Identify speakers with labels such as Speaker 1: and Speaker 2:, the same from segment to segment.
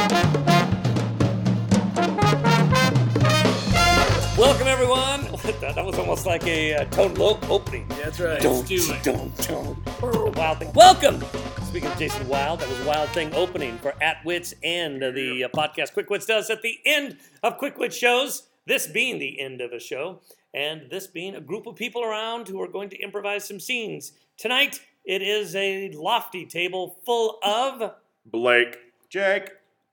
Speaker 1: uh, that was almost like a uh, Tone Loc opening.
Speaker 2: That's right.
Speaker 1: Don't,
Speaker 3: do it.
Speaker 1: don't, don't. Wild Thing. Welcome! Speaking of Jason Wild, that was Wild Thing opening for At Wits and uh, the uh, podcast Quick Wits does at the end of Quick Wits shows, this being the end of a show, and this being a group of people around who are going to improvise some scenes. Tonight, it is a lofty table full of,
Speaker 4: Blake. Jake.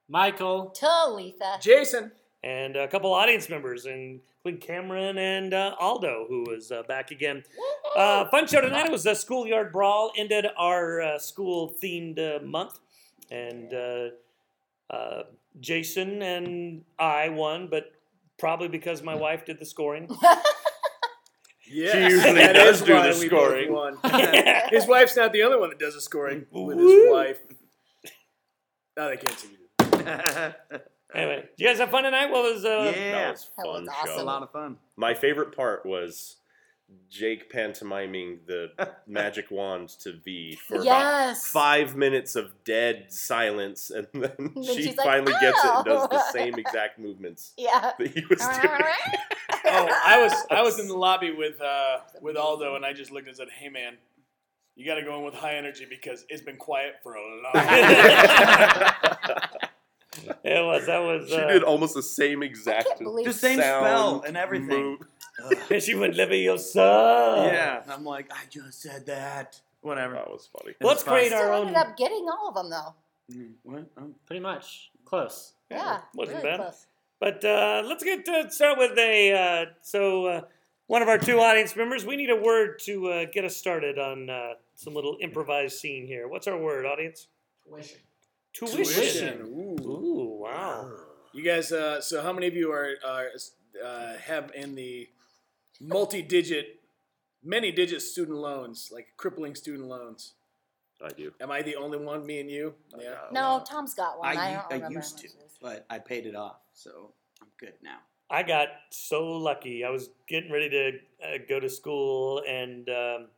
Speaker 3: Michael.
Speaker 5: Talitha.
Speaker 2: Jason.
Speaker 1: and a couple audience members, including Cameron and uh, Aldo, who is uh, back again. Uh, fun show tonight. It was a schoolyard brawl. Ended our uh, school themed uh, month, and uh, uh, Jason and I won, but probably because my wife did the scoring.
Speaker 2: Yes.
Speaker 4: usually
Speaker 2: That
Speaker 4: does
Speaker 2: is
Speaker 4: do
Speaker 2: why
Speaker 4: the
Speaker 2: we
Speaker 4: scoring.
Speaker 2: both won. his wife's not the only one that does the scoring with his
Speaker 1: Woo.
Speaker 2: wife. No, they can't see you.
Speaker 1: anyway, did you guys have fun tonight? What was uh,
Speaker 4: That
Speaker 6: yeah,
Speaker 4: was
Speaker 5: That
Speaker 4: fun
Speaker 5: was awesome.
Speaker 6: a
Speaker 4: show.
Speaker 6: lot of fun.
Speaker 4: My favorite part was Jake pantomiming the magic wand to V for about
Speaker 5: yes.
Speaker 4: five minutes of dead silence, and then
Speaker 5: then
Speaker 4: she
Speaker 5: she's like,
Speaker 4: finally gets it and does the
Speaker 5: "Ow."
Speaker 4: same exact movements
Speaker 5: Yeah.
Speaker 4: that he was doing.
Speaker 2: Oh, I was I was in the lobby with uh, with Aldo, and I just looked and said, "Hey, man, you got to go in with high energy because it's been quiet for a long time."
Speaker 1: It was that was.
Speaker 4: she
Speaker 1: Uh,
Speaker 4: did almost the same exact
Speaker 5: can't believe-
Speaker 6: The same
Speaker 4: sound,
Speaker 6: spell and everything.
Speaker 4: move.
Speaker 6: Ugh.
Speaker 1: she went living yourself.
Speaker 6: yeah, and I'm like, I just said that. Whatever.
Speaker 4: That was funny.
Speaker 6: It
Speaker 1: Let's
Speaker 6: was fun.
Speaker 1: create our
Speaker 5: Still
Speaker 1: own.
Speaker 5: ended up getting all of them though.
Speaker 6: Mm, What? Oh.
Speaker 3: Pretty much. Close.
Speaker 5: Yeah,
Speaker 1: wasn't
Speaker 5: really
Speaker 1: bad.
Speaker 5: close.
Speaker 1: But uh, let's get to start with a. Uh, so, uh, one of our two audience members, we need a word to uh, get us started on uh, some little improvised scene here. What's our word, audience? Tuition. Tuition.
Speaker 2: Ooh.
Speaker 1: Ooh, wow.
Speaker 2: You guys, uh, so how many of you are, are uh, have in the multi-digit, many-digit student loans, like crippling student loans?
Speaker 4: I do.
Speaker 2: Am I the only one? Me and you? Oh, Yeah.
Speaker 5: No, Tom's got one. Oh, I,
Speaker 6: I,
Speaker 5: don't
Speaker 6: I,
Speaker 5: remember.
Speaker 6: used
Speaker 5: how
Speaker 6: to,
Speaker 5: much it is.
Speaker 6: but I paid it off, so I'm good now.
Speaker 1: I got so lucky. I was getting ready to uh, go to school and um,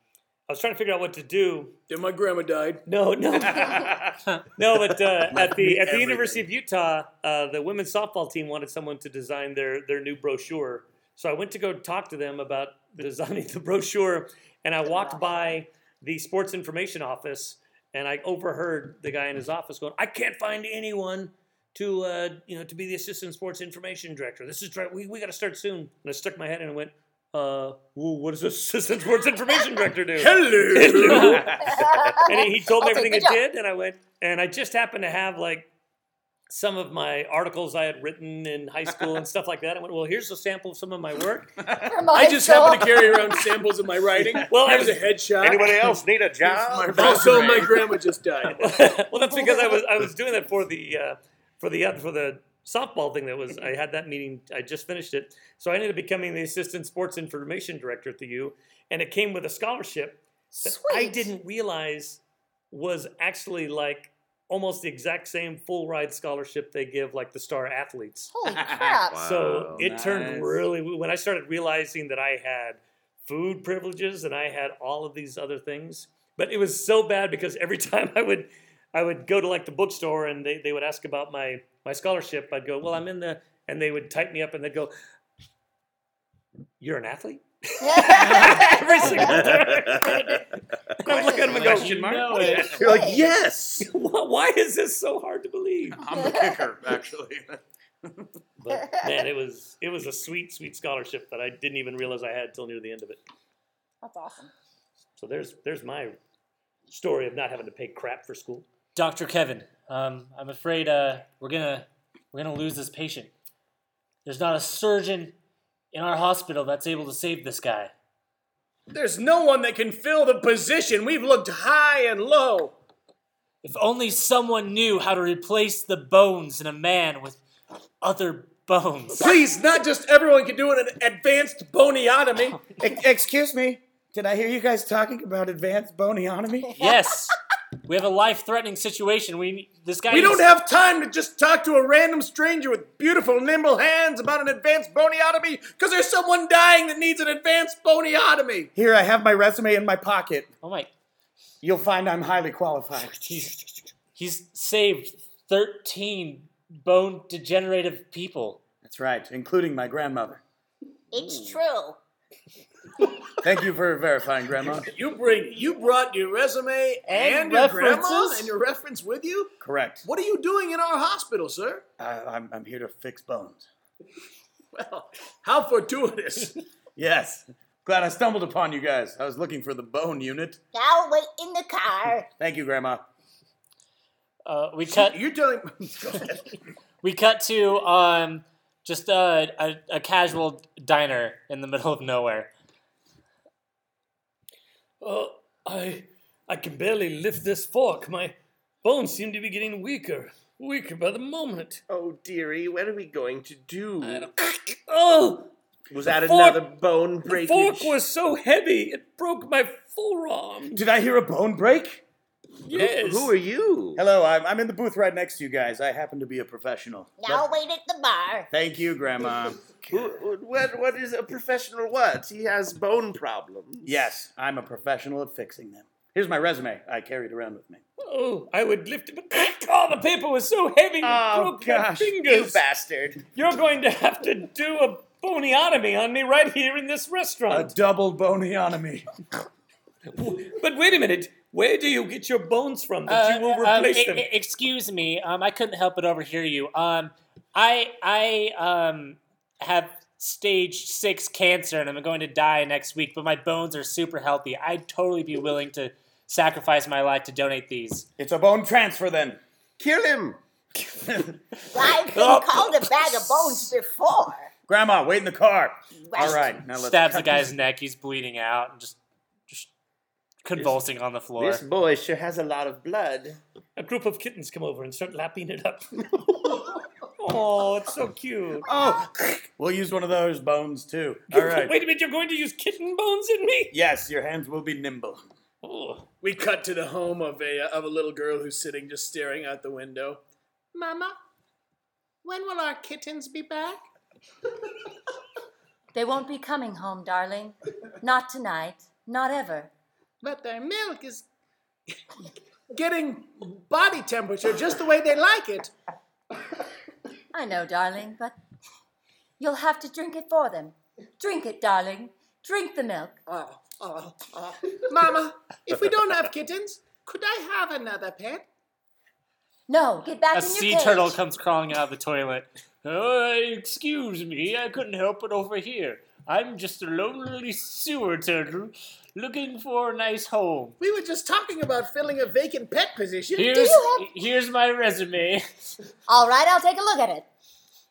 Speaker 1: I was trying to figure out what to do.
Speaker 2: Then my grandma died.
Speaker 1: No, no, no. But uh, at the at the
Speaker 4: Everything.
Speaker 1: University of Utah, uh, the women's softball team wanted someone to design their their new brochure. So I went to go talk to them about designing the brochure, and I walked by the sports information office, and I overheard the guy in his office going, "I can't find anyone." To uh, you know, to be the assistant sports information director. This is right. We, we got to start soon. And I stuck my head in and went, uh, "Ooh, what does assistant sports information director do?"
Speaker 2: Hello.
Speaker 1: and he, he told me
Speaker 5: I'll take
Speaker 1: everything
Speaker 5: the
Speaker 1: it
Speaker 5: job.
Speaker 1: did, and I went, and I just happened to have like some of my articles I had written in high school and stuff like that. I went, well, here's a sample of some of my work.
Speaker 5: For my
Speaker 2: I just
Speaker 5: soul.
Speaker 2: happen to carry around samples of my writing.
Speaker 1: Well, I
Speaker 2: Here's a
Speaker 1: was-
Speaker 2: headshot.
Speaker 4: Anybody else need a job?
Speaker 2: also, my grandma just died.
Speaker 1: well, that's because I was I was doing that for the uh, for the uh, for the softball thing that was I had that meeting. I just finished it, so I ended up becoming the assistant sports information director at the U, and it came with a scholarship. that
Speaker 5: Sweet.
Speaker 1: I didn't realize was actually like almost the exact same full ride scholarship they give like the star athletes.
Speaker 5: Holy crap!
Speaker 4: Wow.
Speaker 1: So it turned
Speaker 6: Nice.
Speaker 1: really when I started realizing that I had food privileges and I had all of these other things. But it was so bad because every time I would I would go to like the bookstore and they, they would ask about my my scholarship, I'd go, Well, I'm in the and they would type me up and they'd go, You're an athlete? Every single time. I'm looking at them and go,
Speaker 6: Question mark?
Speaker 3: No, it-
Speaker 4: You're like, yes.
Speaker 1: Why why is this so hard to believe?
Speaker 6: I'm the kicker, actually.
Speaker 1: But man, it was it was a sweet, sweet scholarship that I didn't even realize I had till near the end of it.
Speaker 5: That's awesome.
Speaker 1: So there's there's my story of not having to pay crap for school.
Speaker 3: Dr. Kevin, um, I'm afraid uh, we're gonna we're gonna lose this patient. There's not a surgeon in our hospital that's able to save this guy.
Speaker 2: There's no one that can fill the position. We've looked high and low.
Speaker 3: If only someone knew how to replace the bones in a man with other bones.
Speaker 2: Please, not just everyone can do an advanced boniotomy.
Speaker 6: Excuse me. Did I hear you guys talking about advanced boniotomy?
Speaker 3: Yes, we have a life-threatening situation. We this guy.
Speaker 2: We don't
Speaker 3: needs-
Speaker 2: have time to just talk to a random stranger with beautiful, nimble hands about an advanced boniotomy because there's someone dying that needs an advanced boniotomy.
Speaker 6: Here, I have my resume in my pocket.
Speaker 3: Oh my!
Speaker 6: You'll find I'm highly qualified.
Speaker 3: He's he's saved 13 bone degenerative people.
Speaker 6: That's right, including my grandmother.
Speaker 5: It's true.
Speaker 6: Thank you for verifying, Grandma.
Speaker 2: You bring you brought your resume and,
Speaker 3: And
Speaker 2: your grandma
Speaker 3: references?
Speaker 2: and your reference with you?
Speaker 6: Correct.
Speaker 2: What are you doing in our hospital, sir?
Speaker 6: I, I'm, I'm here to fix bones.
Speaker 2: Well, how fortuitous.
Speaker 6: Yes. Glad I stumbled upon you guys. I was looking for the bone unit.
Speaker 5: Now wait in the car.
Speaker 6: Thank you, Grandma.
Speaker 3: Uh, we cut.
Speaker 2: You're telling Go ahead.
Speaker 3: We cut to um, just uh, a, a casual diner in the middle of nowhere.
Speaker 1: Oh, I I can barely lift this fork. My bones seem to be getting weaker, weaker by the moment.
Speaker 4: Oh dearie, what are we going to do?
Speaker 1: Oh,
Speaker 4: Was that
Speaker 1: fork-
Speaker 4: another bone
Speaker 1: the
Speaker 4: breakage?
Speaker 1: fork was so heavy it broke my forearm.
Speaker 6: Did I hear a bone break?
Speaker 1: Yes.
Speaker 4: Who are you?
Speaker 6: Hello, I'm, I'm in the booth right next to you guys. I happen to be a professional.
Speaker 5: Now wait at the bar.
Speaker 6: Thank you, Grandma.
Speaker 4: Who- What, what is a professional what? He has bone problems.
Speaker 6: yes, I'm a professional at fixing them. Here's my resume I carried around with me.
Speaker 1: Oh, I would lift it, but oh, the paper was so heavy it broke my
Speaker 6: you
Speaker 1: fingers.
Speaker 6: bastard.
Speaker 1: You're going to have to do a boniotomy on me right here in this
Speaker 6: A
Speaker 1: restaurant.
Speaker 6: double boniotomy.
Speaker 1: but wait a minute. Where do you get your bones from that you will
Speaker 3: Uh, um,
Speaker 1: replace
Speaker 3: e-
Speaker 1: them?
Speaker 3: e- excuse me, um, I couldn't help but overhear you. Um, I I um, have stage six cancer and I'm going to die next week, but my bones are super healthy. I'd totally be willing to sacrifice my life to donate these.
Speaker 6: It's a bone transfer then.
Speaker 4: Kill him!
Speaker 5: I've been called a bag of bones before.
Speaker 6: Grandma, wait in the car. All
Speaker 5: Rest-
Speaker 6: right, now let's
Speaker 3: Stabs the
Speaker 6: cut
Speaker 3: guy's neck. He's bleeding out and just just convulsing on the floor.
Speaker 4: This boy sure has a lot of blood.
Speaker 1: a group of kittens come over and start lapping it up. oh, it's so cute.
Speaker 6: Oh, we'll use one of those bones too. All right.
Speaker 1: Wait a minute, you're going to use kitten bones in me?
Speaker 6: Yes, your hands will be nimble.
Speaker 1: Oh.
Speaker 2: we cut to the home of a of a little girl who's sitting just staring out the window. Mama, when will our kittens be back?
Speaker 5: They won't be coming home, darling. Not tonight. Not ever.
Speaker 2: But their milk is getting body temperature just the way they like it.
Speaker 5: I know, darling, but you'll have to drink it for them. Drink it, darling. Drink the milk.
Speaker 2: Oh, Mama, if we don't have kittens, could I have another pet?
Speaker 5: No, get back
Speaker 3: a
Speaker 5: in your
Speaker 3: sea
Speaker 5: cage.
Speaker 3: turtle comes crawling out of the toilet. Uh, excuse me, I couldn't help but over here. I'm just a lonely sewer turtle looking for a nice home.
Speaker 2: We were just talking about filling a vacant pet position.
Speaker 3: Here's
Speaker 5: have-
Speaker 3: here's my resume.
Speaker 5: All right, I'll take a look at it.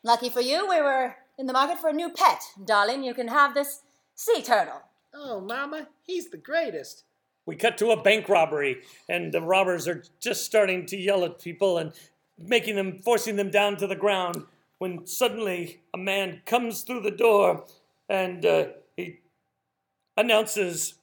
Speaker 5: Lucky for you, we were in the market for a new pet. Darling, you can have this sea turtle.
Speaker 2: Oh, Mama, he's the greatest.
Speaker 1: We cut to a bank robbery, and the robbers are just starting to yell at people and making them, forcing them down to the ground. When suddenly a man comes through the door, and uh, he announces,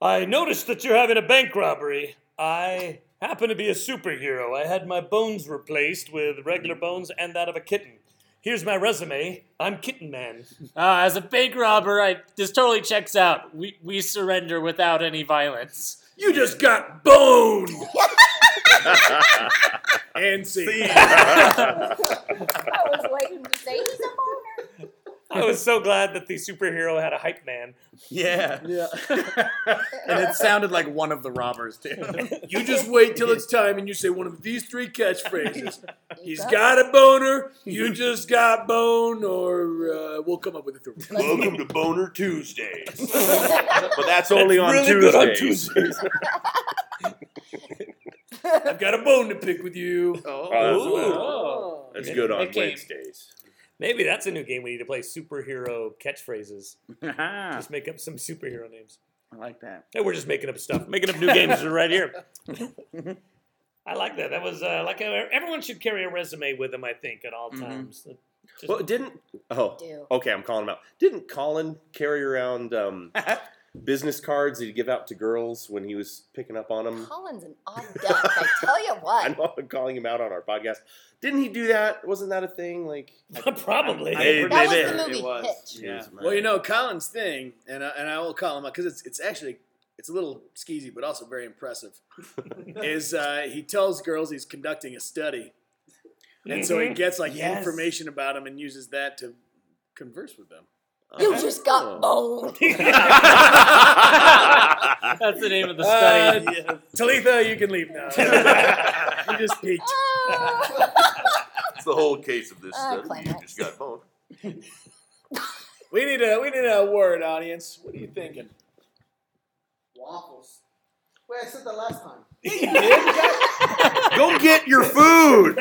Speaker 1: "I noticed that you're having a bank robbery. I happen to be a superhero. I had my bones replaced with regular bones and that of a kitten. Here's my resume. I'm Kitten Man."
Speaker 3: Uh, as a bank robber, I, this totally checks out. We we surrender without any violence.
Speaker 2: You just got boned. and see.
Speaker 5: I was waiting to say he's a boner.
Speaker 1: I was so glad that the superhero had a hype man.
Speaker 6: Yeah. Yeah. and it sounded like one of the robbers too.
Speaker 2: You just wait till it's time and you say one of these three catchphrases. He's got a boner, you just got bone, or uh, we'll come up with a third one.
Speaker 4: Welcome to Boner Tuesdays. but that's only on
Speaker 1: really
Speaker 4: Tuesdays.
Speaker 1: good on
Speaker 2: I've got a bone to pick with you.
Speaker 6: Uh,
Speaker 4: Oh, that's,
Speaker 3: Oh,
Speaker 4: that's good on
Speaker 3: Okay.
Speaker 4: Wednesdays.
Speaker 1: Maybe that's a new game we need to play superhero catchphrases.
Speaker 6: I
Speaker 1: Just make up some superhero names.
Speaker 6: like that.
Speaker 1: Hey, we're just making up stuff, making up new games right here. I like that. That was uh, like a, everyone should carry a resume with them. I think at all
Speaker 2: Mm-hmm.
Speaker 6: Mhm.
Speaker 1: times. Just-
Speaker 4: Well, didn't. Oh.
Speaker 5: Do.
Speaker 4: Okay, I'm calling him out. Didn't Colin carry around um, business cards that he'd give out to girls when he was picking up on them?
Speaker 5: Colin's an odd duck, I tell you
Speaker 4: I
Speaker 5: what.
Speaker 4: know I'm calling him out on our podcast. Didn't he do that? Wasn't that a thing? Like,
Speaker 1: probably.
Speaker 4: I-
Speaker 5: That
Speaker 4: They
Speaker 5: was
Speaker 4: did.
Speaker 5: the movie Hitch.
Speaker 4: Jeez, man.
Speaker 2: Well, you know, Colin's thing, and I, and I will call him out because it's it's actually it's a little skeezy, but also very impressive. is uh, he tells girls he's conducting a study, and so he
Speaker 1: Mhm.
Speaker 2: gets like
Speaker 6: Yes.
Speaker 2: information about them and uses that to converse with them.
Speaker 4: uh,
Speaker 5: You just got boned.
Speaker 3: That's the name of
Speaker 2: Uh,
Speaker 3: the study.
Speaker 2: Talitha, you can leave now. you just peaked.
Speaker 5: Ah.
Speaker 7: That's the whole case of this
Speaker 5: Uh,
Speaker 7: stuff. You
Speaker 5: climax.
Speaker 7: just got boned.
Speaker 2: We need a we need a word, audience. What are you thinking?
Speaker 8: Waffles. Wait, I said that last time.
Speaker 7: Go get your food.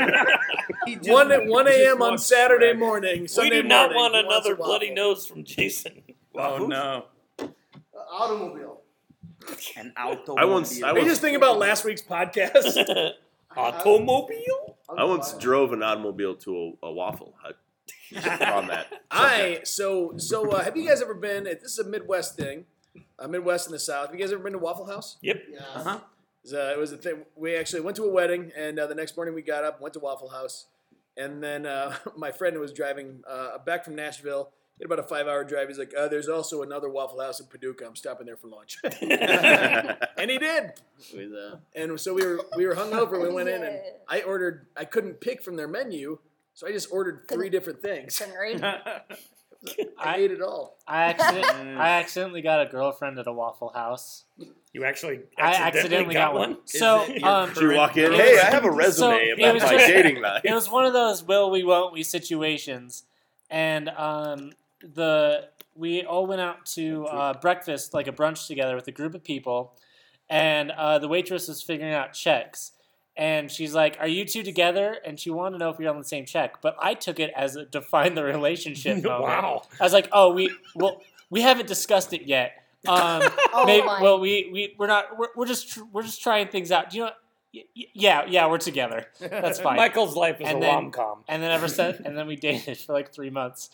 Speaker 2: One at one a.m. on
Speaker 9: walked
Speaker 2: Saturday
Speaker 9: straight.
Speaker 2: morning.
Speaker 1: we
Speaker 2: Sunday
Speaker 1: do not
Speaker 2: morning,
Speaker 1: want
Speaker 2: he wants
Speaker 1: another
Speaker 2: a waffle.
Speaker 1: bloody nose from Jason.
Speaker 6: Oh,
Speaker 7: Waffles?
Speaker 10: no.
Speaker 8: Uh, automobile.
Speaker 10: An automobile.
Speaker 4: I once- I
Speaker 2: Are you
Speaker 4: once-
Speaker 2: just thinking about last week's podcast?
Speaker 1: Automobile?
Speaker 8: I'm
Speaker 4: I once
Speaker 8: fine.
Speaker 4: drove an automobile to a, a waffle hut on that.
Speaker 2: I so so. Uh, have you guys ever been? At, this is a Midwest thing, uh, Midwest and the South. Have you guys ever been to Waffle House?
Speaker 8: Yeah.
Speaker 10: Uh-huh.
Speaker 2: It was, uh, it was a thing. We actually went to a wedding, and uh, the next morning we got up, went to Waffle House, and then uh, my friend who was driving uh, back from Nashville. He had about a five-hour drive. He's like, uh, "There's also another Waffle House in Paducah. I'm stopping there for lunch." and he did. And so we were we were hungover. We went in, and
Speaker 5: Yeah.
Speaker 2: I ordered. I couldn't pick from their menu, so I just ordered three different things.
Speaker 5: Couldn't read.
Speaker 2: I ate it all.
Speaker 3: I, accident- I accidentally got a girlfriend at a Waffle House.
Speaker 1: You actually accidentally,
Speaker 3: I accidentally
Speaker 1: got, one?
Speaker 3: So
Speaker 10: it your
Speaker 3: um,
Speaker 4: Did you walk in?
Speaker 3: It
Speaker 4: Hey,
Speaker 3: was-
Speaker 4: I have a resume
Speaker 3: so it
Speaker 4: about
Speaker 3: was
Speaker 4: my
Speaker 3: just-
Speaker 4: dating life.
Speaker 3: it was one of those will we won't we situations and um, the we all went out to uh, breakfast like a brunch together with a group of people and uh, the waitress was figuring out checks and she's like are you two together and she wanted to know if you're on the same check but i took it as a define the relationship moment.
Speaker 1: wow.
Speaker 3: i was like oh we well we haven't discussed it yet um,
Speaker 5: Oh
Speaker 3: maybe,
Speaker 5: my.
Speaker 3: well we, we we're not we're, we're just tr- we're just trying things out do you know y- y- yeah yeah we're together that's fine
Speaker 1: Michael's life is
Speaker 3: And
Speaker 1: a
Speaker 3: then-
Speaker 1: rom com.
Speaker 3: and then ever since, and then we dated for like three months.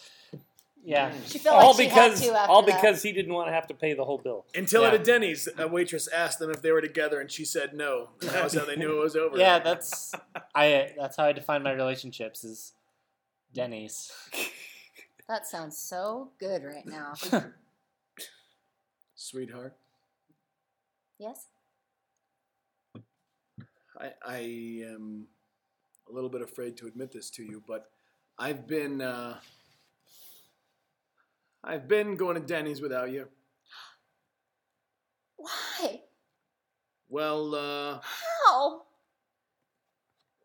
Speaker 3: Yeah,
Speaker 5: She felt
Speaker 1: All
Speaker 5: like she
Speaker 1: because
Speaker 5: had to after
Speaker 1: all
Speaker 5: that.
Speaker 1: because he didn't want to have to pay the whole bill.
Speaker 2: Until
Speaker 3: Yeah.
Speaker 2: at a Denny's, a waitress asked them if they were together, and she said no. And that was how they knew it was over.
Speaker 3: yeah, that's I. That's how I define my relationships is Denny's.
Speaker 5: that sounds so good right now.
Speaker 2: sweetheart.
Speaker 5: yes.
Speaker 2: I, I am a little bit afraid to admit this to you, but I've been uh, I've been going to Denny's without you.
Speaker 5: Why?
Speaker 2: Well, uh,
Speaker 5: How?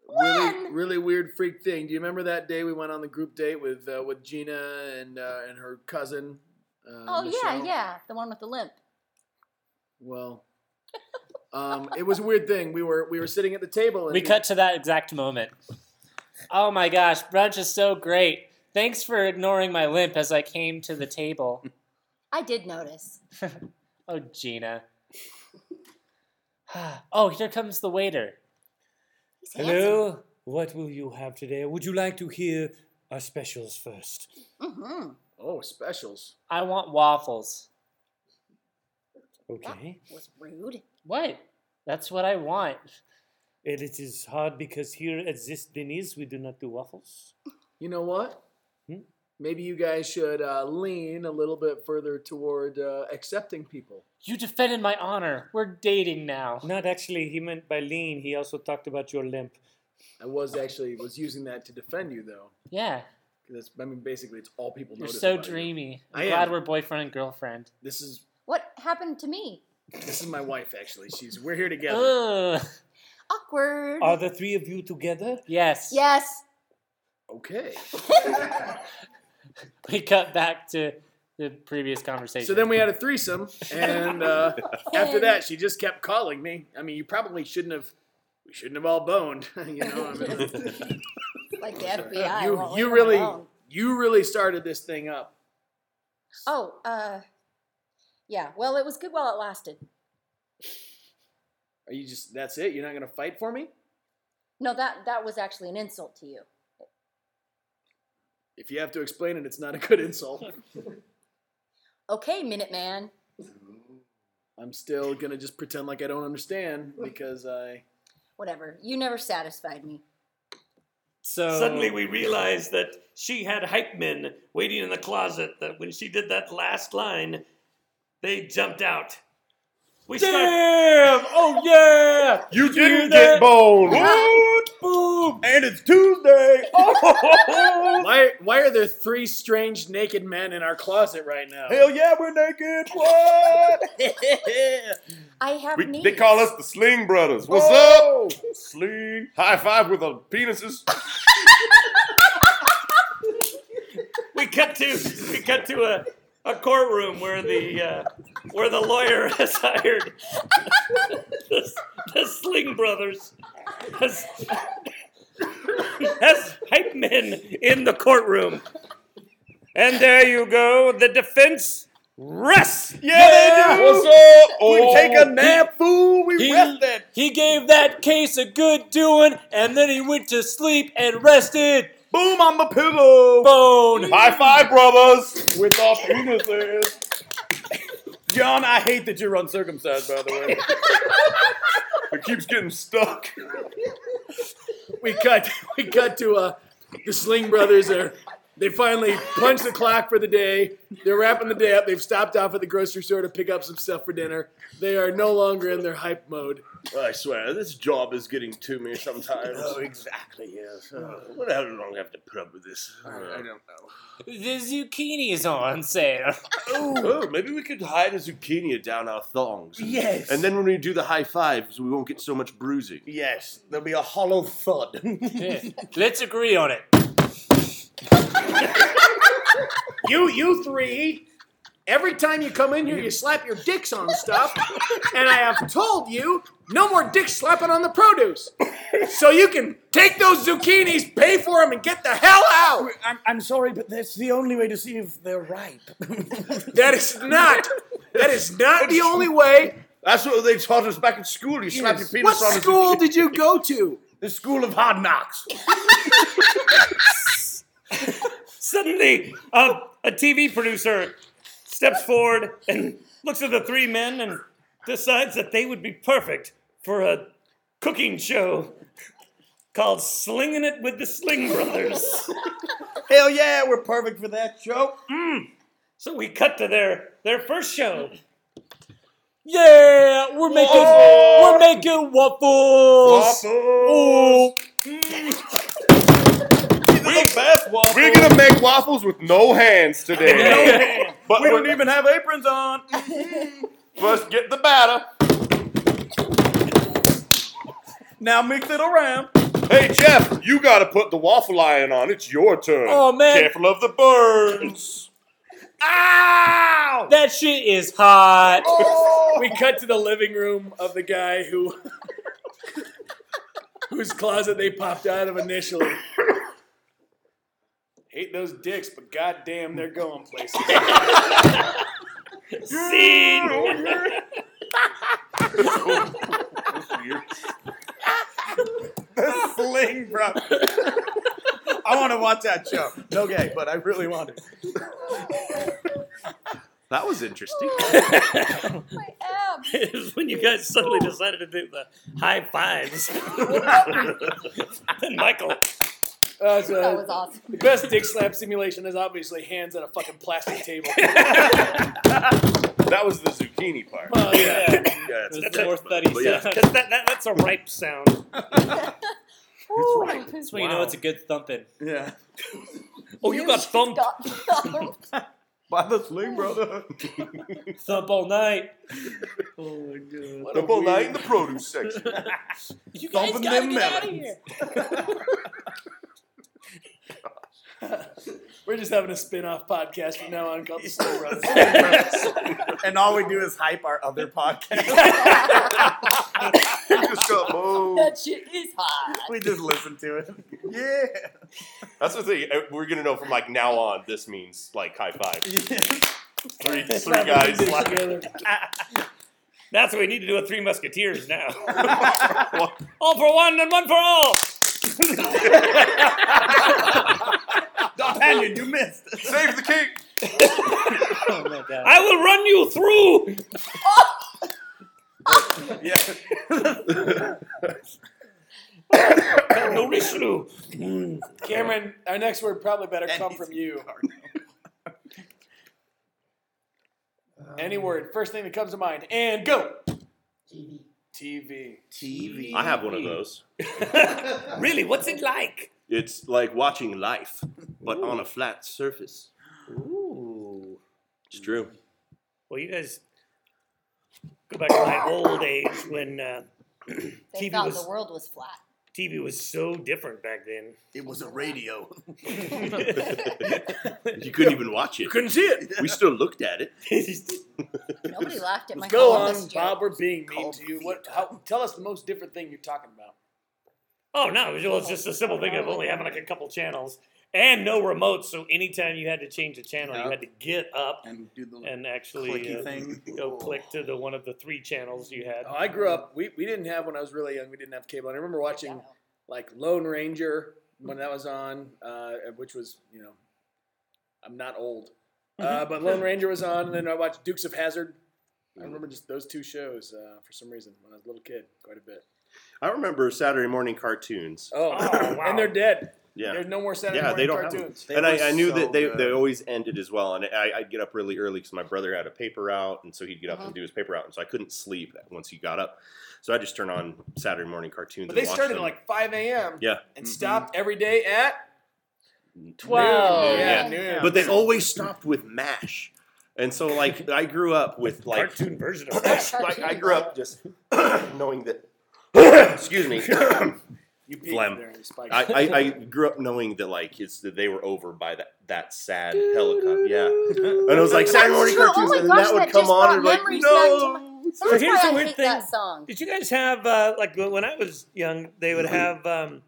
Speaker 2: really,
Speaker 5: When?
Speaker 2: really weird freak thing. Do you remember that day we went on the group date with uh, with Gina and uh, and her cousin? Uh,
Speaker 5: Oh yeah,
Speaker 2: Michelle?
Speaker 5: yeah, the one with the limp.
Speaker 2: Well, um, it was a weird thing. We were we were sitting at the table. And
Speaker 3: We cut to that exact moment. Oh my gosh, brunch is so great. Thanks for ignoring my limp as I came to the table.
Speaker 5: I did notice.
Speaker 3: Oh Gina. Oh, here comes the waiter.
Speaker 5: He's handsome.
Speaker 1: Hello, what will you have today? Would you like to hear our specials first?
Speaker 5: Mm-hmm.
Speaker 2: Oh, specials.
Speaker 3: I want waffles.
Speaker 1: Okay.
Speaker 5: Was rude.
Speaker 3: What? That's what I want.
Speaker 1: And it is hard because here at this Denny's we do not do waffles.
Speaker 2: You know what?
Speaker 1: Hmm?
Speaker 2: Maybe you guys should uh, lean a little bit further toward uh, accepting people.
Speaker 3: You defended my honor. We're dating now.
Speaker 1: Not actually, he meant by lean, he also talked about your limp.
Speaker 2: I was actually was using that to defend you though.
Speaker 3: Yeah,
Speaker 2: 'Cause That's, I mean, basically, it's all people
Speaker 3: you're
Speaker 2: notice.
Speaker 3: so
Speaker 2: about you.
Speaker 3: dreamy.
Speaker 2: I
Speaker 3: I'm
Speaker 2: am.
Speaker 3: glad we're boyfriend and girlfriend.
Speaker 2: This is
Speaker 5: What happened to me?
Speaker 2: this is my wife actually. She's we're here together.
Speaker 3: Ugh.
Speaker 5: Awkward.
Speaker 1: Are the three of you together?
Speaker 3: Yes.
Speaker 5: yes.
Speaker 3: Oh.
Speaker 2: Okay.
Speaker 3: We cut back to the previous conversation.
Speaker 2: So then we had a threesome, and uh, after that, she just kept calling me. I mean, you probably shouldn't have. We shouldn't have all boned. You know. I mean,
Speaker 5: Like the FBI.
Speaker 2: you
Speaker 5: won't leave
Speaker 2: you
Speaker 5: him
Speaker 2: really
Speaker 5: alone.
Speaker 2: you really started this thing up.
Speaker 5: Oh, uh, yeah. Well, it was good while it lasted.
Speaker 2: Are you just that's it? You're not gonna fight for me?
Speaker 5: No, that that was actually an insult to you.
Speaker 2: If you have to explain it, it's not a good insult.
Speaker 5: Okay, Minuteman.
Speaker 2: I'm still gonna just pretend like I don't understand because I.
Speaker 5: Whatever. You never satisfied me.
Speaker 3: so
Speaker 10: Suddenly we realized that she had hype men waiting in the closet that when she did that last line, they jumped out. We started
Speaker 1: Oh yeah!
Speaker 4: You
Speaker 1: hear
Speaker 4: didn't
Speaker 1: that?
Speaker 4: get boned.
Speaker 1: Boom! And
Speaker 6: and it's Tuesday. Oh,
Speaker 2: Why, why are there three strange naked men in our closet right now?
Speaker 6: hell yeah, we're naked. What?
Speaker 5: I have
Speaker 4: We,
Speaker 5: needs.
Speaker 4: they call us the Sling Brothers. What's
Speaker 6: Whoa.
Speaker 4: up? Sling. High five with our penises.
Speaker 1: we cut to we cut to a, a courtroom where the uh, where the lawyer has hired the, the Sling Brothers as, as hype men in the courtroom. And there you go, the defense rests.
Speaker 6: Yeah, they do.
Speaker 4: What's up?
Speaker 6: We
Speaker 4: Oh,
Speaker 6: take a nap, fool. We
Speaker 3: He-
Speaker 6: rested.
Speaker 3: He gave that case a good doing, and then he went to sleep and rested.
Speaker 6: Boom on the pillow.
Speaker 3: Bone.
Speaker 4: High five, brothers.
Speaker 6: with our penises. John, I hate that you're uncircumcised, by the way.
Speaker 4: It keeps getting stuck.
Speaker 2: We cut we cut to uh, the Sling Brothers are they finally punch the clock for the day. They're wrapping the day up. They've stopped off at the grocery store to pick up some stuff for dinner. They are no longer in their hype mode.
Speaker 11: I swear, this job is getting to me sometimes.
Speaker 6: Oh,
Speaker 11: Uh,
Speaker 6: exactly, yes.
Speaker 11: What the hell do I have to put up with this?
Speaker 2: I don't
Speaker 3: The zucchini's on sale.
Speaker 11: Oh, maybe we could hide a zucchini down our thongs.
Speaker 6: Yes.
Speaker 11: And then when we do the high fives, we won't get so much bruising.
Speaker 6: Yes, there'll be a hollow thud.
Speaker 3: Let's agree on it.
Speaker 2: You you three. Every time you come in here, you slap your dicks on stuff, and I have told you no more dicks slapping on the produce. So you can take those zucchinis, pay for them, and get the hell out.
Speaker 6: I'm, I'm sorry, but that's the only way to see if they're ripe.
Speaker 2: That is not. That is not the only way.
Speaker 11: That's what they taught us back in school. You slap your penis
Speaker 2: What
Speaker 11: on a
Speaker 2: school did you go to?
Speaker 6: the school of hard knocks.
Speaker 1: Suddenly, a, a TV producer steps forward and looks at the three men and decides that they would be perfect for a cooking show called Slinging It with the Sling Brothers.
Speaker 6: Hell yeah, we're perfect for that show.
Speaker 1: So we cut to their, their first show.
Speaker 3: Yeah, we're making we're making waffles.
Speaker 6: Oh,
Speaker 3: Ooh,
Speaker 4: We're, we're gonna make waffles with no hands today. but
Speaker 6: We
Speaker 4: we
Speaker 6: don't even have aprons on.
Speaker 4: First, get the batter.
Speaker 6: Now mix it around.
Speaker 4: Hey Jeff, you gotta put the waffle iron on. It's your turn.
Speaker 3: Oh, man.
Speaker 4: Careful of the burns. Ow!
Speaker 3: that shit is hot.
Speaker 2: We cut to the living room of the guy who whose closet they popped out of initially. Hate those dicks, but goddamn, they're going places.
Speaker 6: Sling, bro. I want to watch that show. No gay, but I really want it.
Speaker 11: That was
Speaker 5: Oh,
Speaker 11: interesting.
Speaker 5: My abs.
Speaker 1: It was when you guys suddenly decided to do the high fives. and Michael,
Speaker 2: Uh, so
Speaker 5: That was awesome.
Speaker 2: The best dick slap simulation is obviously hands on a fucking plastic table.
Speaker 11: that was the zucchini part.
Speaker 2: Oh, yeah.
Speaker 11: Yeah, that's
Speaker 3: That's
Speaker 11: okay.
Speaker 3: more thuddy
Speaker 11: But yeah.
Speaker 3: sound.
Speaker 1: because that, that, that's a ripe sound.
Speaker 5: Ooh.
Speaker 3: That's when you know it's a good thumping.
Speaker 6: Yeah.
Speaker 1: Oh, you got thumped.
Speaker 5: got thumped.
Speaker 6: By the sling, brother.
Speaker 3: Thump all night.
Speaker 2: Oh,
Speaker 4: Double night in the produce section.
Speaker 3: You guys
Speaker 6: Thumping
Speaker 3: gotta
Speaker 6: them
Speaker 3: get out of
Speaker 6: melons.
Speaker 3: here.
Speaker 2: We're just having a spin off podcast from now on called The Slow Brothers.
Speaker 6: and all we do is hype our other podcast.
Speaker 4: We just got boom.
Speaker 5: that shit is hot.
Speaker 6: We just listen to it. Yeah.
Speaker 4: That's the thing. uh, We're gonna know from like now on. This means like high five. Three, three guys. Like,
Speaker 1: That's what we need to do with Three Musketeers now. all for one and one for all.
Speaker 6: D'Artagnan, you missed.
Speaker 4: Save the king.
Speaker 3: Oh my god.
Speaker 1: I will run you through.
Speaker 4: Yeah.
Speaker 1: No Richelieu.
Speaker 2: Cameron, our next word probably better come from you. Any word, first thing that comes to mind, and go.
Speaker 12: TV.
Speaker 9: TV.
Speaker 4: TV. I have one of those.
Speaker 1: really, what's it like?
Speaker 4: It's like watching life, but on a flat surface.
Speaker 1: Ooh.
Speaker 4: It's true.
Speaker 1: Well, you guys go back to my old age when uh,
Speaker 5: They
Speaker 1: TV
Speaker 5: thought
Speaker 1: was
Speaker 5: the world was flat.
Speaker 1: TV was so different back then.
Speaker 6: It was a radio.
Speaker 4: You couldn't even watch it.
Speaker 9: Couldn't see it.
Speaker 4: We still looked at it.
Speaker 5: Nobody laughed at my
Speaker 2: Go
Speaker 5: Columbus
Speaker 2: on,
Speaker 5: joke.
Speaker 2: Bob. We're being mean
Speaker 6: Called
Speaker 2: to you. What? How, tell us the most different thing you're talking about.
Speaker 1: Oh no, it was just a simple thing of only having like a couple channels and no remotes. So anytime you had to change a channel, you had to get up
Speaker 6: and do the
Speaker 1: and actually
Speaker 6: clicky
Speaker 1: uh,
Speaker 6: thing.
Speaker 1: go click to the one of the three channels you had.
Speaker 2: Oh, I grew up. We, we didn't have when I was really young. We didn't have cable. And I remember watching like Lone Ranger when that was on, uh, which was you know, I'm not old, uh, but Lone Ranger was on, and then I watched Dukes of Hazard.
Speaker 4: Mm.
Speaker 2: I remember just those two shows uh, for some reason when I was a little kid, quite a bit.
Speaker 4: I remember Saturday morning cartoons.
Speaker 2: Oh,
Speaker 1: wow.
Speaker 2: and they're dead.
Speaker 4: Yeah.
Speaker 2: There's no more Saturday
Speaker 4: Yeah,
Speaker 2: morning
Speaker 4: they don't have
Speaker 2: cartoons.
Speaker 4: and
Speaker 6: were
Speaker 4: I, I knew
Speaker 6: so
Speaker 4: that they,
Speaker 6: good.
Speaker 4: they always ended as well. And I, I'd get up really early because my brother had a paper out, and so he'd get up
Speaker 5: Uh-huh.
Speaker 4: and do his paper out, and so I couldn't sleep once he got up. So I just turned on Saturday morning cartoons.
Speaker 2: But
Speaker 4: and
Speaker 2: they
Speaker 4: watched
Speaker 2: started at
Speaker 4: them.
Speaker 2: like Mm-hmm. 5 a.m.
Speaker 4: yeah,
Speaker 2: and
Speaker 6: Mhm.
Speaker 2: stopped every day at
Speaker 3: Twelve.
Speaker 2: noon. Yeah,
Speaker 5: Yeah.
Speaker 2: noon.
Speaker 4: but they always stopped with Mash, and so like I grew up with like
Speaker 1: Cartoon version of that.
Speaker 4: I, I grew up just knowing that. excuse me.
Speaker 2: you peeked
Speaker 4: Phlegm.
Speaker 2: there and spiked.
Speaker 4: I, I, I grew up knowing that like it's that they were over by that that sad helicopter. Yeah, and it was like Saturday morning
Speaker 5: true. Oh
Speaker 4: cartoons,
Speaker 5: my
Speaker 4: and then
Speaker 5: gosh,
Speaker 4: that would
Speaker 5: that
Speaker 4: come
Speaker 5: just
Speaker 4: on, and
Speaker 5: brought
Speaker 4: like
Speaker 5: memories
Speaker 4: no.
Speaker 5: So That's
Speaker 1: here's
Speaker 5: why
Speaker 1: the
Speaker 5: I
Speaker 1: weird
Speaker 5: hate that
Speaker 1: thing.
Speaker 5: song.
Speaker 1: Did you guys have uh, like when I was young? They would have um,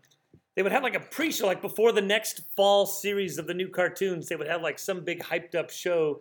Speaker 1: they would have like a pre-show, like before the next fall series of the new cartoons. They would have like some big hyped-up show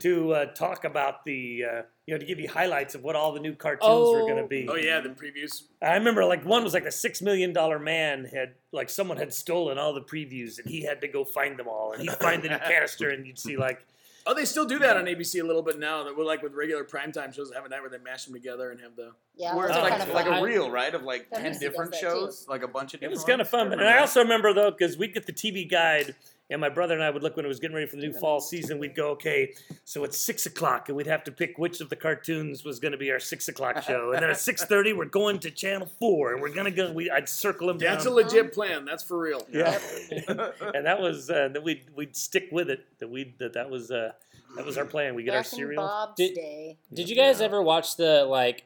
Speaker 1: to uh, talk about the uh, you know to give you highlights of what all the new cartoons were going to
Speaker 3: Oh.
Speaker 1: be.
Speaker 2: oh yeah, the previews.
Speaker 1: I remember like one was like the six million dollar man had like someone had stolen all the previews and he had to go find them all and he'd find the new canister and you'd see like
Speaker 2: Oh, they still do that on ABC a little bit now. That we're like with regular primetime shows, have a night where they mash them together and have the.
Speaker 5: Yeah,
Speaker 6: Where
Speaker 5: those
Speaker 6: it's
Speaker 5: are
Speaker 1: Oh,
Speaker 6: like,
Speaker 5: kind of
Speaker 6: like
Speaker 5: fun.
Speaker 6: a reel, right? Of like
Speaker 5: Yeah,
Speaker 6: 10
Speaker 5: Lucy does
Speaker 6: different
Speaker 5: that too.
Speaker 6: shows, like a bunch of
Speaker 1: It
Speaker 6: different
Speaker 1: was kind of
Speaker 6: ones.
Speaker 1: fun, and I also remember though because we'd get the TV guide, and my brother and I would look when it was getting ready for the new fall season. We'd go, okay, so it's six o'clock, and we'd have to pick which of the cartoons was going to be our six o'clock show, and then at six thirty we're going to Channel Four, and we're gonna go. We, I'd circle them
Speaker 2: That's a
Speaker 1: down.
Speaker 2: legit plan. That's for real.
Speaker 1: yeah, and that was uh, that we'd we'd stick with it. That we that that was uh, that was our plan. We get our
Speaker 5: Back in
Speaker 1: cereal.
Speaker 5: Bob's
Speaker 3: Did-
Speaker 5: day.
Speaker 3: Did you guys ever watch the like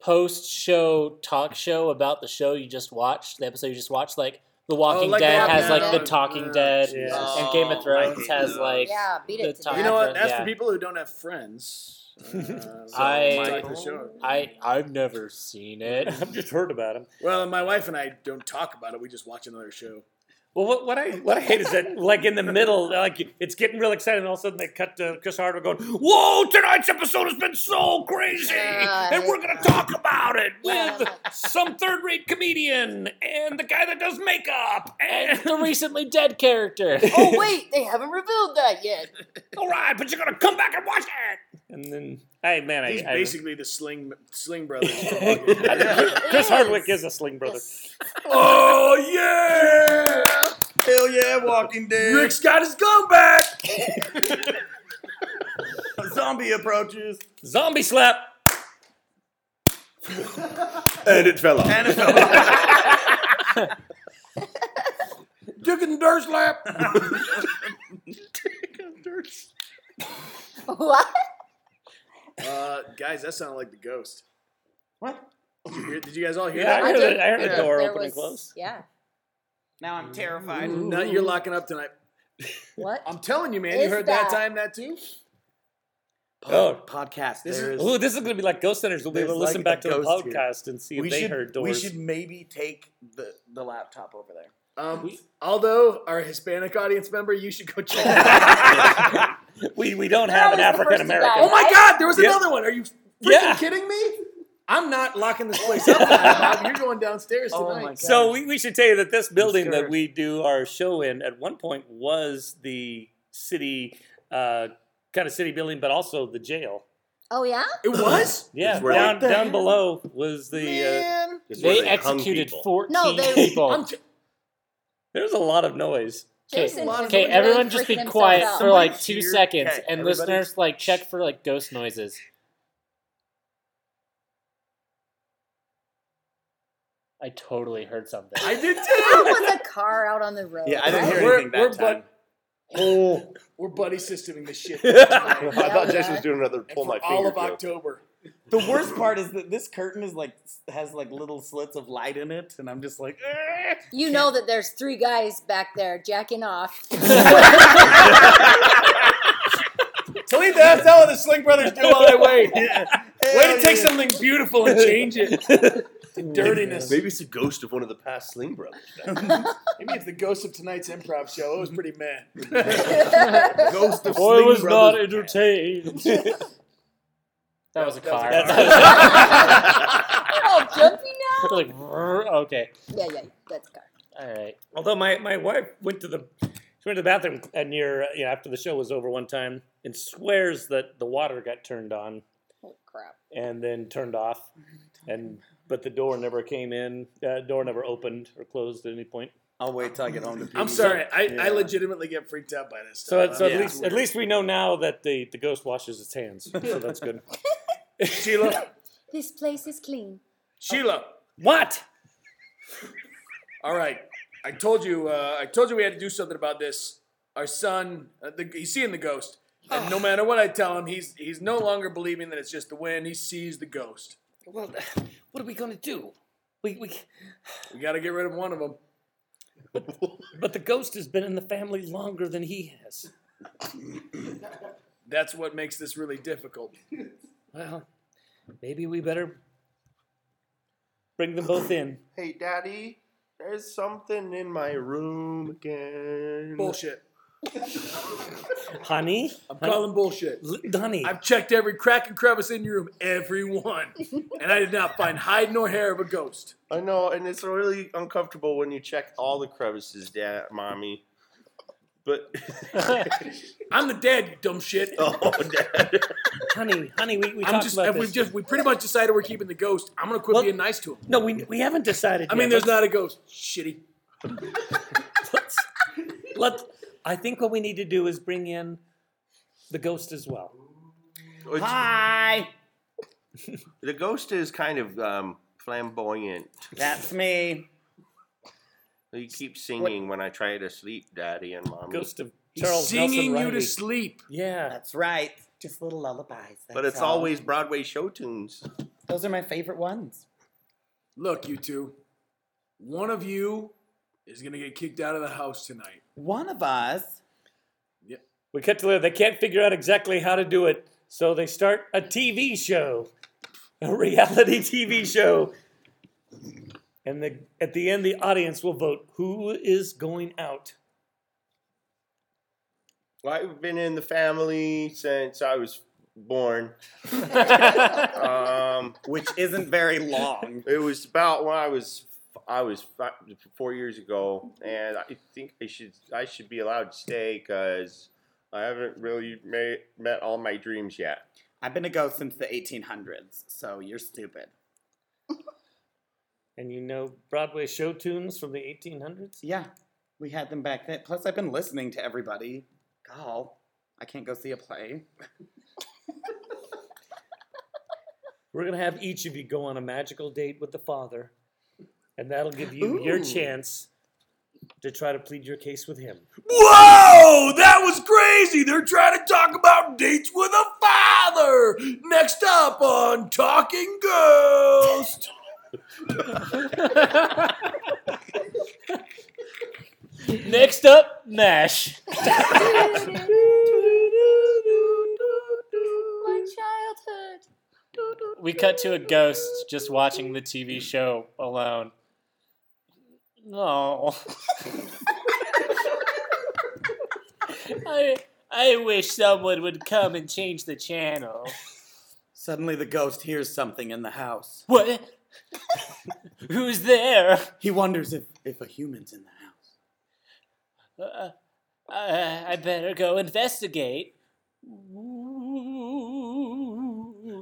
Speaker 3: post show talk show about the show you just watched? The episode you just watched, like The Walking
Speaker 2: Oh, like The
Speaker 3: Dead
Speaker 2: Walking
Speaker 3: has like
Speaker 2: Dead.
Speaker 3: The Talking
Speaker 2: Yeah.
Speaker 3: Dead,
Speaker 1: Yeah.
Speaker 3: and Game of
Speaker 6: Oh, I
Speaker 3: Thrones
Speaker 6: hate
Speaker 3: has
Speaker 6: those.
Speaker 3: like
Speaker 5: Yeah, beat
Speaker 3: the
Speaker 5: it to
Speaker 3: talk-
Speaker 5: death.
Speaker 2: You know what?
Speaker 3: Yeah.
Speaker 2: That's for people who don't have friends. Uh, so
Speaker 3: I-
Speaker 2: talk the show.
Speaker 3: I I've never seen it.
Speaker 1: I've just heard about them.
Speaker 2: Well, my wife and I don't talk about it. We just watch another show.
Speaker 1: Well, what, what I what I hate is that like in the middle, like it's getting real exciting, and all of a sudden they cut to Chris Hardwick going, "Whoa, tonight's episode has been so crazy,
Speaker 5: Yeah,
Speaker 1: and we're gonna talk about it
Speaker 5: Yeah,
Speaker 1: with
Speaker 5: like-
Speaker 1: some third-rate comedian and the guy that does makeup." And
Speaker 3: the recently dead character.
Speaker 5: oh wait, they haven't revealed that yet.
Speaker 1: all right, but you're gonna come back and watch it. And then, hey man, I,
Speaker 2: He's
Speaker 1: I-
Speaker 2: basically the Sling Sling Brothers.
Speaker 1: Chris
Speaker 5: Yes.
Speaker 1: Hardwick is a sling brother.
Speaker 5: Yes.
Speaker 2: oh yeah!
Speaker 6: Hell yeah, Walking Dead.
Speaker 2: Rick Scott has gone back.
Speaker 6: A zombie approaches.
Speaker 1: Zombie slap.
Speaker 4: And it fell off.
Speaker 6: And it fell off.
Speaker 9: Dick and dirt slap.
Speaker 5: What?
Speaker 2: Uh, guys, that sounded like the ghost.
Speaker 6: What?
Speaker 2: Did you, hear- did you guys all hear
Speaker 1: Yeah, I
Speaker 2: that?
Speaker 1: heard,
Speaker 5: did-
Speaker 1: the, I heard
Speaker 6: yeah.
Speaker 1: the door
Speaker 5: There
Speaker 1: open and
Speaker 5: was-
Speaker 1: close.
Speaker 5: Yeah.
Speaker 13: Now I'm terrified.
Speaker 2: No, you're locking up tonight.
Speaker 5: What?
Speaker 2: I'm telling you, man. you
Speaker 5: Is
Speaker 2: heard that?
Speaker 5: that-
Speaker 2: time that too.
Speaker 1: Oh.
Speaker 6: podcast.
Speaker 2: This is-
Speaker 6: There is.
Speaker 1: Ooh, this is gonna be like Ghost Hunters. We'll be able to
Speaker 6: There's
Speaker 1: listen back
Speaker 6: like
Speaker 1: to
Speaker 6: a
Speaker 1: the
Speaker 6: ghost here.
Speaker 1: podcast and see if
Speaker 6: we
Speaker 1: they
Speaker 6: should,
Speaker 1: heard
Speaker 6: we
Speaker 1: doors.
Speaker 6: should maybe take the, the laptop over there.
Speaker 2: Um, although our Hispanic audience member, you should go check. It out.
Speaker 1: We, we don't have an
Speaker 5: was the first
Speaker 1: African American.
Speaker 5: guy.
Speaker 2: oh my God, there was
Speaker 1: Yeah.
Speaker 2: another one. Are you freaking
Speaker 1: Yeah.
Speaker 2: kidding me? I'm not locking this place up. now, Bob. You're going downstairs
Speaker 6: Oh my
Speaker 2: tonight.
Speaker 6: God.
Speaker 1: So we, we should tell you that this building that
Speaker 6: scared.
Speaker 1: we do our show in at one point was the city, uh, kind of city building, but also the jail.
Speaker 5: Oh yeah.
Speaker 2: It was.
Speaker 1: Yeah,
Speaker 4: It's where
Speaker 1: down,
Speaker 4: they-
Speaker 1: down below was the. Uh,
Speaker 2: Man.
Speaker 4: It's where
Speaker 3: they
Speaker 4: hung
Speaker 3: executed
Speaker 4: people.
Speaker 3: fourteen
Speaker 5: No, they-
Speaker 3: people.
Speaker 2: I'm t-
Speaker 1: there's a lot of noise.
Speaker 2: Okay,
Speaker 5: Jason. was
Speaker 3: Okay,
Speaker 5: really
Speaker 3: everyone just
Speaker 5: freaking
Speaker 3: be
Speaker 5: himself
Speaker 3: quiet
Speaker 5: out.
Speaker 3: for like
Speaker 6: Somebody
Speaker 3: two
Speaker 6: cheer.
Speaker 3: seconds,
Speaker 6: Okay,
Speaker 3: and
Speaker 6: everybody-
Speaker 3: listeners like check for like ghost noises. I totally heard something.
Speaker 2: I
Speaker 14: There
Speaker 2: did too.
Speaker 14: was a car out on the road.
Speaker 6: Yeah, I didn't hear
Speaker 2: We're-
Speaker 6: anything that
Speaker 2: we're
Speaker 6: time.
Speaker 2: Oh, we're buddy systeming this shit.
Speaker 4: I thought Jason was doing another
Speaker 2: And
Speaker 4: pull
Speaker 2: for
Speaker 4: my
Speaker 2: all
Speaker 4: finger
Speaker 2: of
Speaker 4: joke.
Speaker 2: October.
Speaker 6: The worst part is that this curtain is like has like little slits of light in it, and I'm just like, "Eh."
Speaker 14: You know that there's three guys back there jacking off.
Speaker 2: Toledo, that's how the Sling Brothers do all their way. Way to take something beautiful and change it to dirtiness.
Speaker 4: Maybe it's a ghost of one of the past Sling Brothers.
Speaker 2: Maybe it's the ghost of tonight's improv show. It was pretty meh.
Speaker 6: Ghost of
Speaker 3: I
Speaker 6: Sling
Speaker 3: was not
Speaker 6: Brothers.
Speaker 3: entertained. that was a car.
Speaker 14: oh, jumpy now?
Speaker 3: like, "Rrr," okay.
Speaker 14: Yeah, yeah, that's a car.
Speaker 3: All right.
Speaker 1: Although my, my wife went to the she went to the bathroom uh, near uh, you know after the show was over one time and swears that the water got turned on
Speaker 14: Holy crap.
Speaker 1: and then turned off, and but the door never came in. Uh, door never opened or closed at any point.
Speaker 6: I'll wait till I get home to.
Speaker 2: I'm
Speaker 6: pee.
Speaker 2: sorry. I, I
Speaker 6: Yeah.
Speaker 2: legitimately get freaked out by this
Speaker 1: So,
Speaker 2: stuff.
Speaker 1: so
Speaker 6: yeah.
Speaker 1: at least at least we know now that the, the ghost washes its hands. So that's good.
Speaker 2: Sheila,
Speaker 14: This place is clean.
Speaker 2: Sheila.
Speaker 1: what?
Speaker 2: All right. I told you. Uh, I told you we had to do something about this. Our son, uh, the, he's seeing the ghost, and no matter what I tell him, he's he's no longer believing that it's just the wind. He sees the ghost.
Speaker 10: Well, what are we going to do? We, we,
Speaker 2: We got to get rid of one of them.
Speaker 1: But the ghost has been in the family longer than he has.
Speaker 2: That's what makes this really difficult.
Speaker 1: Well, maybe we better bring them both in.
Speaker 4: Hey, Daddy, there's something in my room again.
Speaker 2: Bullshit.
Speaker 1: Honey,
Speaker 2: I'm calling bullshit.
Speaker 1: L- Donnie,
Speaker 2: I've checked every crack and crevice in your room, every one, and I did not find hide nor hair of a ghost.
Speaker 4: I know, and it's really uncomfortable when you check all the crevices, Dad, Mommy. But
Speaker 2: I'm the dad, you dumb shit.
Speaker 4: oh, Dad,
Speaker 1: honey, honey, we, we
Speaker 2: I'm
Speaker 1: talked
Speaker 2: just,
Speaker 1: about
Speaker 2: we
Speaker 1: this.
Speaker 2: just, we pretty much decided we're keeping the ghost. I'm gonna quit
Speaker 1: Well-
Speaker 2: being nice to him.
Speaker 1: no, we, we haven't decided.
Speaker 2: I mean,
Speaker 1: yet.
Speaker 2: there's not a ghost. Shitty.
Speaker 1: Let's, let I think what we need to do is bring in the ghost as well.
Speaker 13: Hi,
Speaker 4: the ghost is kind of um, flamboyant.
Speaker 13: that's me.
Speaker 4: He keeps singing when I try to sleep, Daddy and Mommy.
Speaker 1: Ghost of
Speaker 2: He's
Speaker 1: Charles
Speaker 2: singing
Speaker 1: Nelson
Speaker 2: you to
Speaker 1: Riley.
Speaker 2: sleep.
Speaker 1: Yeah.
Speaker 13: That's right. Just little lullabies.
Speaker 4: but
Speaker 13: that's
Speaker 4: it's
Speaker 13: all.
Speaker 4: always Broadway show tunes.
Speaker 13: those are my favorite ones.
Speaker 2: Look, you two. One of you is gonna get kicked out of the house tonight.
Speaker 13: One of us.
Speaker 1: We cut to there. They can't figure out exactly how to do it, so they start a TV show, a reality TV show. And the, at the end, the audience will vote who is going out.
Speaker 4: Well, I've been in the family since I was born. um,
Speaker 6: which isn't very long.
Speaker 4: It was about when I was I was fi- four years ago, and I think I should I should be allowed to stay because I haven't really ma met all my dreams yet.
Speaker 13: I've been a ghost since the 1800s, so you're stupid.
Speaker 1: And you know Broadway show tunes from the 1800s?
Speaker 13: Yeah, we had them back then. Plus, I've been listening to everybody. God, I can't go see a play.
Speaker 1: We're going to have each of you go on a magical date with the father, and that'll give you your
Speaker 13: Ooh.
Speaker 1: chance to try to plead your case with him.
Speaker 9: Whoa, that was crazy. They're trying to talk about dates with a father. Next up on Talking Ghost.
Speaker 3: Next up, Nash.
Speaker 14: My childhood.
Speaker 3: We cut to a ghost just watching the TV show alone. No. I I wish someone would come and change the channel.
Speaker 6: Suddenly, the ghost hears something in the house.
Speaker 3: What? Who's there?
Speaker 6: He wonders if if a human's in the house.
Speaker 3: Uh, I, I better go investigate.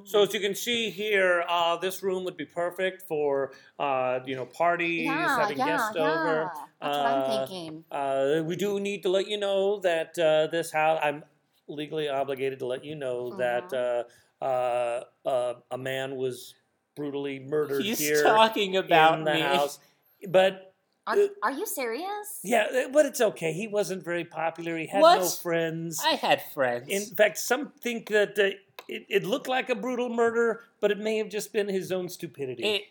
Speaker 1: So as you can see here, uh, this room would be perfect for uh, you know parties,
Speaker 14: Yeah,
Speaker 1: having
Speaker 14: yeah,
Speaker 1: guests
Speaker 14: yeah.
Speaker 1: over.
Speaker 14: That's what
Speaker 1: Uh,
Speaker 14: I'm thinking.
Speaker 1: Uh, we do need to let you know that uh, this house. I'm legally obligated to let you know that uh, uh, uh, a man was brutally murdered
Speaker 3: He's
Speaker 1: here.
Speaker 3: talking about
Speaker 1: in the
Speaker 3: me.
Speaker 1: house. But
Speaker 5: Are, are you serious?
Speaker 1: yeah, but it's okay. He wasn't very popular. He had no
Speaker 3: What?
Speaker 1: friends.
Speaker 3: I had friends.
Speaker 1: In fact, some think that uh, it, it looked like a brutal murder, but it may have just been his own stupidity.
Speaker 3: It,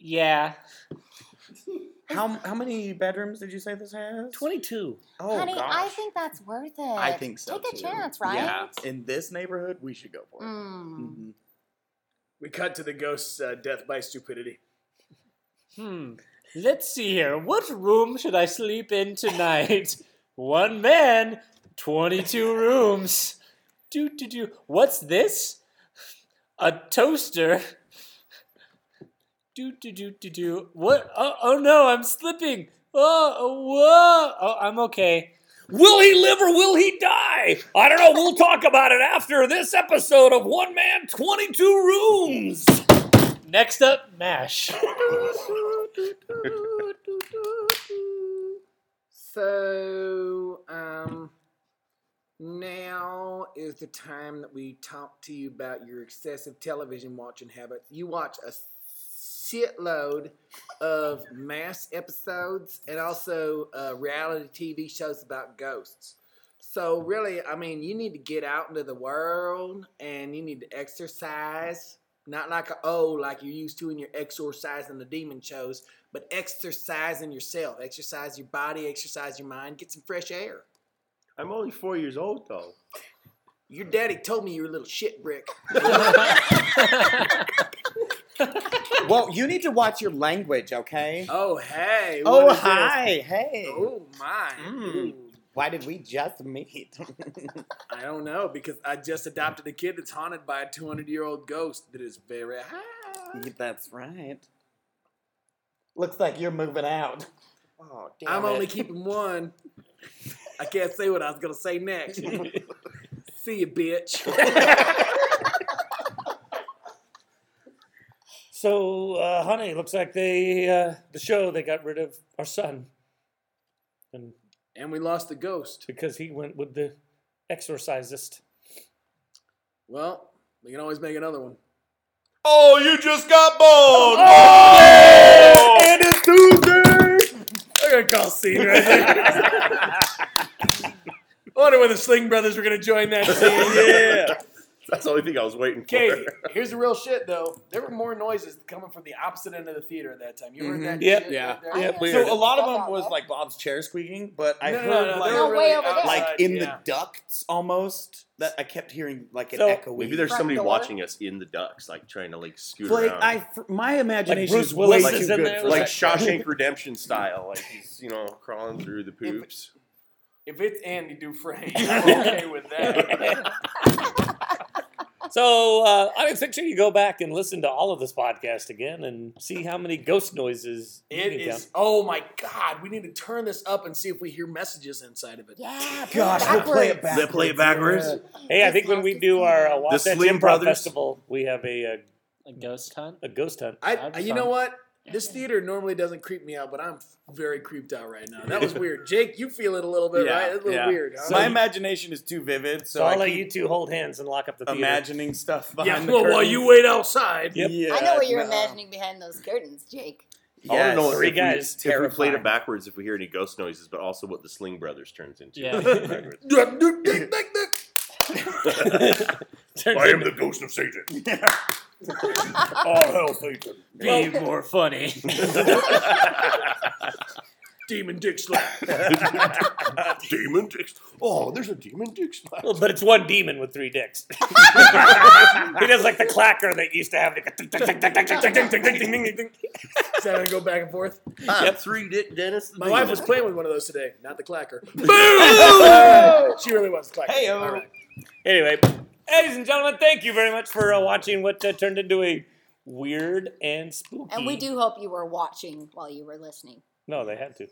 Speaker 3: yeah.
Speaker 13: How how many bedrooms did you say this has?
Speaker 1: Twenty two.
Speaker 13: Oh
Speaker 5: Honey,
Speaker 13: gosh.
Speaker 5: I think that's worth it.
Speaker 13: I think so.
Speaker 5: Take a
Speaker 13: too.
Speaker 5: chance, right?
Speaker 13: Yeah. In this neighborhood, we should go for it.
Speaker 5: Mm.
Speaker 13: Mhm.
Speaker 2: We cut to the ghost's uh, death by stupidity.
Speaker 3: Hmm. Let's see here. What room should I sleep in tonight? One man, 22 rooms. Do, do, do. What's this? A toaster. Do, do, do, do, do. What? Oh, oh no, I'm slipping. Oh, oh, whoa. Oh, I'm okay.
Speaker 10: Will he live or will he die? I don't know. We'll talk about it after this episode of One Man 22 Rooms.
Speaker 3: Next up, MASH.
Speaker 2: So, um, now is the time that we talk to you about your excessive television watching habits. You watch a shitload of mass episodes and also uh, reality TV shows about ghosts. So, really, I mean, you need to get out into the world and you need to exercise. Not like a oh, like you're used to in your exorcising the demon shows, but exercising yourself, exercise your body, exercise your mind, get some fresh air.
Speaker 4: I'm only four years old though.
Speaker 2: Your daddy told me you were a little shit brick.
Speaker 13: Well, you need to watch your language, okay?
Speaker 2: Oh hey.
Speaker 13: Oh,
Speaker 2: what is this?
Speaker 13: hi, hey.
Speaker 2: Oh my.
Speaker 13: Mm.
Speaker 2: Ooh,
Speaker 13: Why did we just meet?
Speaker 2: I don't know because I just adopted a kid that's haunted by a 200 year old ghost that is very high.
Speaker 13: That's right. Looks like you're moving out. Oh, damn
Speaker 2: I'm
Speaker 13: it.
Speaker 2: only keeping one. I can't say what I was gonna say next. See you, bitch.
Speaker 1: So, uh, honey, looks like they uh, the show they got rid of our son, and
Speaker 2: and we lost the ghost.
Speaker 1: because he went with the exorcisist.
Speaker 2: Well, we can always make another one.
Speaker 7: Oh, you just got boned.
Speaker 13: And it's Tuesday!
Speaker 9: I got call scene right there. I wonder when the Sling Brothers were going to join that scene.
Speaker 7: yeah. That's the only thing I was waiting for.
Speaker 2: Okay, here's the real shit though. There were more noises coming from the opposite end of the theater at that time. You
Speaker 13: Mm-hmm.
Speaker 2: heard that?
Speaker 1: Yep.
Speaker 2: shit
Speaker 13: Yeah.
Speaker 2: right there?
Speaker 1: Yep.
Speaker 13: So a lot of them was like Bob's chair squeaking, but I
Speaker 2: No, no,
Speaker 13: heard
Speaker 2: no,
Speaker 13: like,
Speaker 2: they were
Speaker 14: No, way
Speaker 2: really
Speaker 14: over there.
Speaker 13: like
Speaker 2: outside,
Speaker 13: in
Speaker 2: yeah.
Speaker 13: the ducts almost. That I kept hearing like an
Speaker 1: So-
Speaker 13: echo.
Speaker 4: Maybe there's
Speaker 14: Front
Speaker 4: somebody
Speaker 14: door.
Speaker 4: watching us in the ducks, like trying to like scoot
Speaker 13: like
Speaker 4: around,
Speaker 13: I fr- my imagination
Speaker 1: Bruce
Speaker 13: is
Speaker 1: Willis
Speaker 13: way
Speaker 1: is
Speaker 13: too
Speaker 1: in
Speaker 13: good
Speaker 1: there?
Speaker 13: for
Speaker 4: like
Speaker 13: that.
Speaker 4: Shawshank Redemption style, like he's you know crawling through the poops.
Speaker 2: If it's Andy Dufresne, I'm okay with that.
Speaker 1: So uh, I think sure you go back and listen to all of this podcast again and see how many ghost noises you
Speaker 2: It
Speaker 1: can count.
Speaker 2: is. Oh my God! We need to turn this up and see if we hear messages inside of it.
Speaker 5: Yeah. put it
Speaker 13: Oh Gosh, we'll play it
Speaker 5: backwards.
Speaker 13: backwards.
Speaker 4: play it backwards?
Speaker 1: Hey, I think when we do our uh, Wasatch
Speaker 4: Slim
Speaker 1: Improv
Speaker 4: Brothers?
Speaker 1: Festival, we have a, uh
Speaker 3: A ghost hunt?
Speaker 1: a ghost hunt.
Speaker 2: I,
Speaker 3: That'd
Speaker 2: I-
Speaker 3: be
Speaker 2: you
Speaker 3: fun.
Speaker 2: know what? This theater normally doesn't creep me out, but I'm very creeped out right now. That was weird. Jake, you feel it a little bit,
Speaker 13: Yeah,
Speaker 2: right? It's a little
Speaker 13: yeah.
Speaker 2: weird. huh?
Speaker 13: my imagination is too vivid, so,
Speaker 1: So I'll
Speaker 13: I
Speaker 1: let
Speaker 13: keep
Speaker 1: you two hold hands and lock up the theater.
Speaker 13: imagining stuff
Speaker 9: yeah,
Speaker 13: behind the
Speaker 9: well,
Speaker 13: curtain.
Speaker 9: while you wait outside.
Speaker 1: Yep.
Speaker 13: Yeah,
Speaker 14: I know
Speaker 1: uh,
Speaker 14: what you're
Speaker 13: no.
Speaker 14: imagining behind those curtains, Jake.
Speaker 4: I wanna
Speaker 13: Yes.
Speaker 4: know
Speaker 1: Three
Speaker 4: if we-
Speaker 1: guys.
Speaker 4: if we played
Speaker 13: Terrifying.
Speaker 4: it backwards, if we hear any ghost noises, but also what the Sling Brothers turns into.
Speaker 3: Yeah.
Speaker 1: Turns
Speaker 7: I am
Speaker 1: into-
Speaker 7: the ghost of Satan. All hell, Satan.
Speaker 3: Be more funny.
Speaker 9: Demon dick slap.
Speaker 7: demon dicks. Oh, there's a demon dick slap.
Speaker 1: Well, but it's one demon with three dicks. he does like the clacker that used to have. the-
Speaker 2: Is that gonna go back and forth?
Speaker 4: Ah, three dick Dennis.
Speaker 2: My wife was playing with one of those today, not the clacker. she really was the clacker.
Speaker 13: Hey,
Speaker 2: All right.
Speaker 1: anyway, ladies and gentlemen, thank you very much for uh, watching what uh, turned into a weird and spooky.
Speaker 14: And we
Speaker 13: Mm.
Speaker 14: do hope you were watching while you were listening.
Speaker 1: No, they had to.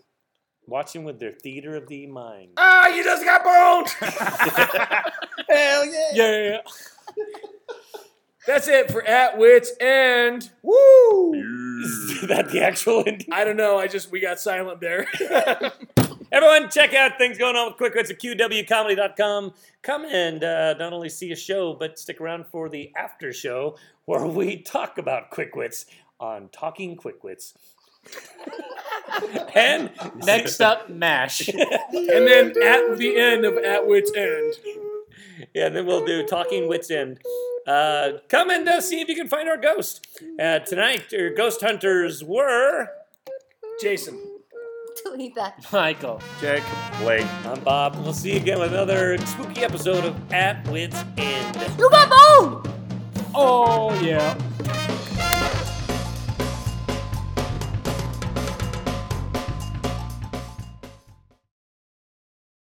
Speaker 1: Watching with their theater of the mind.
Speaker 9: Ah, you just got boned.
Speaker 13: Hell yeah!
Speaker 1: Yeah.
Speaker 2: That's it for At Wits End.
Speaker 13: Woo!
Speaker 1: Is that the actual ending?
Speaker 2: I don't know. I just, we got silent there.
Speaker 1: Everyone, check out things going on with Quick Wits at QWComedy.com. Come and uh, not only see a show, but stick around for the after show where we talk about Quick Wits on Talking Quick Wits. and
Speaker 3: next up, MASH.
Speaker 1: and then at the end of At Wits End. Yeah, then we'll do Talking Wits End. Uh, come and uh, see if you can find our ghost. Uh, tonight, your ghost hunters were
Speaker 2: Jason.
Speaker 5: Delete that.
Speaker 3: Michael.
Speaker 4: Jake. Blake.
Speaker 1: I'm Bob. We'll see you again with another spooky episode of At Wits End.
Speaker 5: You got bone!
Speaker 3: Oh, yeah.